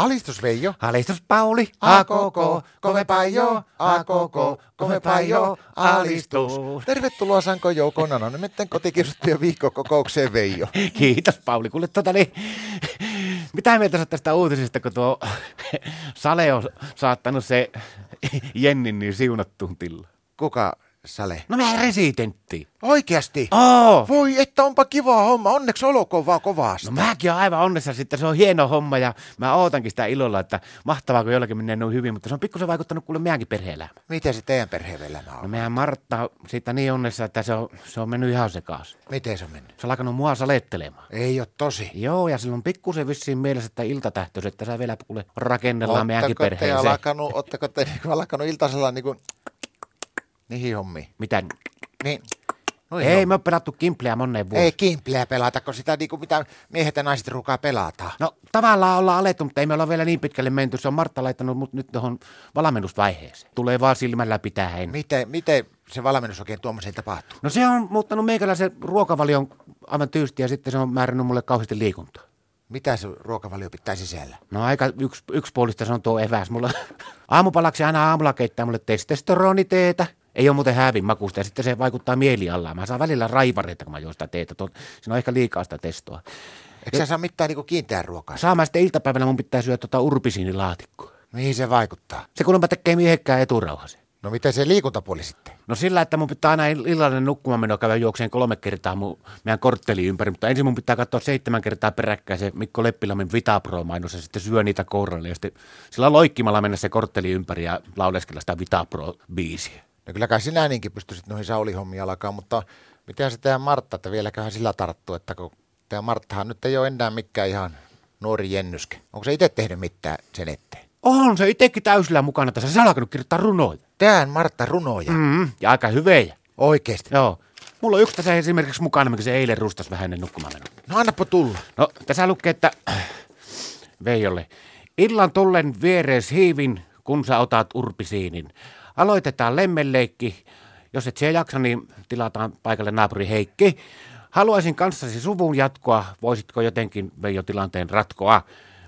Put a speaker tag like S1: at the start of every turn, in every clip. S1: Alistus Veijo.
S2: Alistus Pauli,
S1: A koko, kovempaa jo, a koko, kovempaa jo, alistus. Tervetuloa Sanko Jouko Nanon, miten kotikirjoitettujen viikkokokoukseen Veijo.
S2: Kiitos Pauli. Kuule, tota niin, mitä mieltä sä oot tästä uutisesta, kun tuo Sale on saattanut se Jennin niin siunattuun tilaan?
S1: Kuka Sale?
S2: No meidän residentti.
S1: Oikeasti?
S2: Oo.
S1: Voi, että onpa kiva homma. Onneksi olkoon vaan kovasti.
S2: No mäkin on aivan onnessa sitten, se on hieno homma ja mä ootankin sitä ilolla, että mahtavaa kun jollakin menee noin hyvin, mutta se on pikkusen vaikuttanut kuule meidänkin perhe-elämään.
S1: Miten se teidän perheelämä
S2: No
S1: on?
S2: meidän Martta on siitä niin onnessa, että se on, se on mennyt ihan sekaisin.
S1: Miten se on mennyt?
S2: Se on alkanut mua salettelemaan.
S1: Ei ole tosi.
S2: Joo, ja silloin pikkusen vissiin mielessä, että iltatähtöiset, että sä vielä kuule rakennellaan meidänkin
S1: Ootteko te
S2: perheeseen.
S1: alkanut, ootteko te niinku alkanut iltasella niinku niihin hommiin?
S2: Mitä?
S1: Niin. No
S2: Ei, me on pelattu kimpleä moneen vuosi.
S1: Ei kimpleä pelata, kun sitä niinku mitä miehet ja naiset ruukaa pelata.
S2: No tavallaan ollaan alettu, mutta ei me olla vielä niin pitkälle menty. Se on Martta laittanut mut nyt tuohon valmennusvaiheeseen. Tulee vaan silmällä pitäen.
S1: Miten, miten se valmennus oikein tuommoiseen tapahtuu?
S2: No se on muuttanut meikäläisen ruokavalion aivan tyysti ja sitten se on määrännyt mulle kauheasti liikuntaa.
S1: Mitä se ruokavalio pitää sisällä?
S2: No aika yks, yksipuolista se on tuo eväs. Mulla aamupalaksi aina aamulla keittää mulle testosteroniteetä. Ei ole muuten hävin makusta ja sitten se vaikuttaa mielialaan. Mä saan välillä raivareita, kun mä juon sitä teetä. Tuo, siinä on ehkä liikaa sitä testoa.
S1: Eikö sä saa mitään niinku kiinteää ruokaa?
S2: Saa mä sitten iltapäivällä mun pitää syödä tuota urpisiinilaatikkoa.
S1: Mihin se vaikuttaa?
S2: Se kuulemma tekee miehekkään eturauhasen.
S1: No miten se liikuntapuoli sitten?
S2: No sillä, että mun pitää aina illallinen nukkumaan menoa käydä juokseen kolme kertaa mun, meidän kortteli ympäri, mutta ensin mun pitää katsoa seitsemän kertaa peräkkäin se Mikko Leppilammin Vitapro-mainos ja sitten syö niitä kouralle ja sitten sillä loikkimalla mennä se kortteli ympäri ja lauleskella sitä Vitapro-biisiä.
S1: No kyllä kai sinä niinkin pystyisit noihin Sauli-hommiin alkaa, mutta miten se tämä Martta, että vieläköhän sillä tarttuu, että kun tämä Marttahan nyt ei ole enää mikään ihan nuori jennyskä. Onko se itse tehnyt mitään sen eteen?
S2: On se itsekin täysillä mukana tässä, se on alkanut kirjoittaa runoja.
S1: Tähän Martta runoja. Mm.
S2: Mm, ja aika hyvejä.
S1: Oikeesti.
S2: Joo. Mulla on yksi tässä esimerkiksi mukana, mikä se eilen rustas vähän ennen nukkumaan menoa.
S1: No annapa tulla.
S2: No, tässä lukee, että Veijolle. Illan tullen vierees hiivin, kun sä otat urpisiinin. Aloitetaan lemmenleikki. Jos et siellä jaksa, niin tilataan paikalle naapuri Heikki. Haluaisin kanssasi suvun jatkoa. Voisitko jotenkin Veijo tilanteen ratkoa?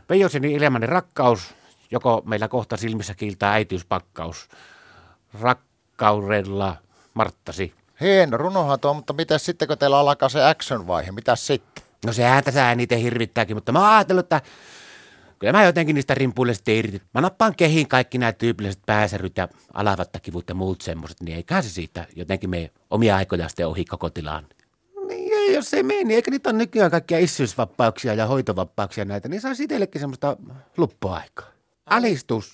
S2: Veijoseni elämäni rakkaus, joko meillä kohta silmissä kiiltää äitiyspakkaus. Rakkaudella Marttasi.
S1: Hieno runohan tuo, mutta mitä sitten, kun teillä alkaa se action-vaihe? Mitä sitten?
S2: No sehän tässä eniten hirvittääkin, mutta mä oon ajatellut, että kyllä mä jotenkin niistä rimpuille sitten irti. Mä nappaan kehiin kaikki nämä tyypilliset pääsäryt ja alavattakivut ja muut semmoset, niin eiköhän se siitä jotenkin me omia aikoja sitten ohi koko tilaan. Niin ei, jos ei mene, niin eikä niitä ole nykyään kaikkia issyysvapauksia ja hoitovapauksia näitä, niin saa itsellekin semmoista luppuaikaa. Alistus.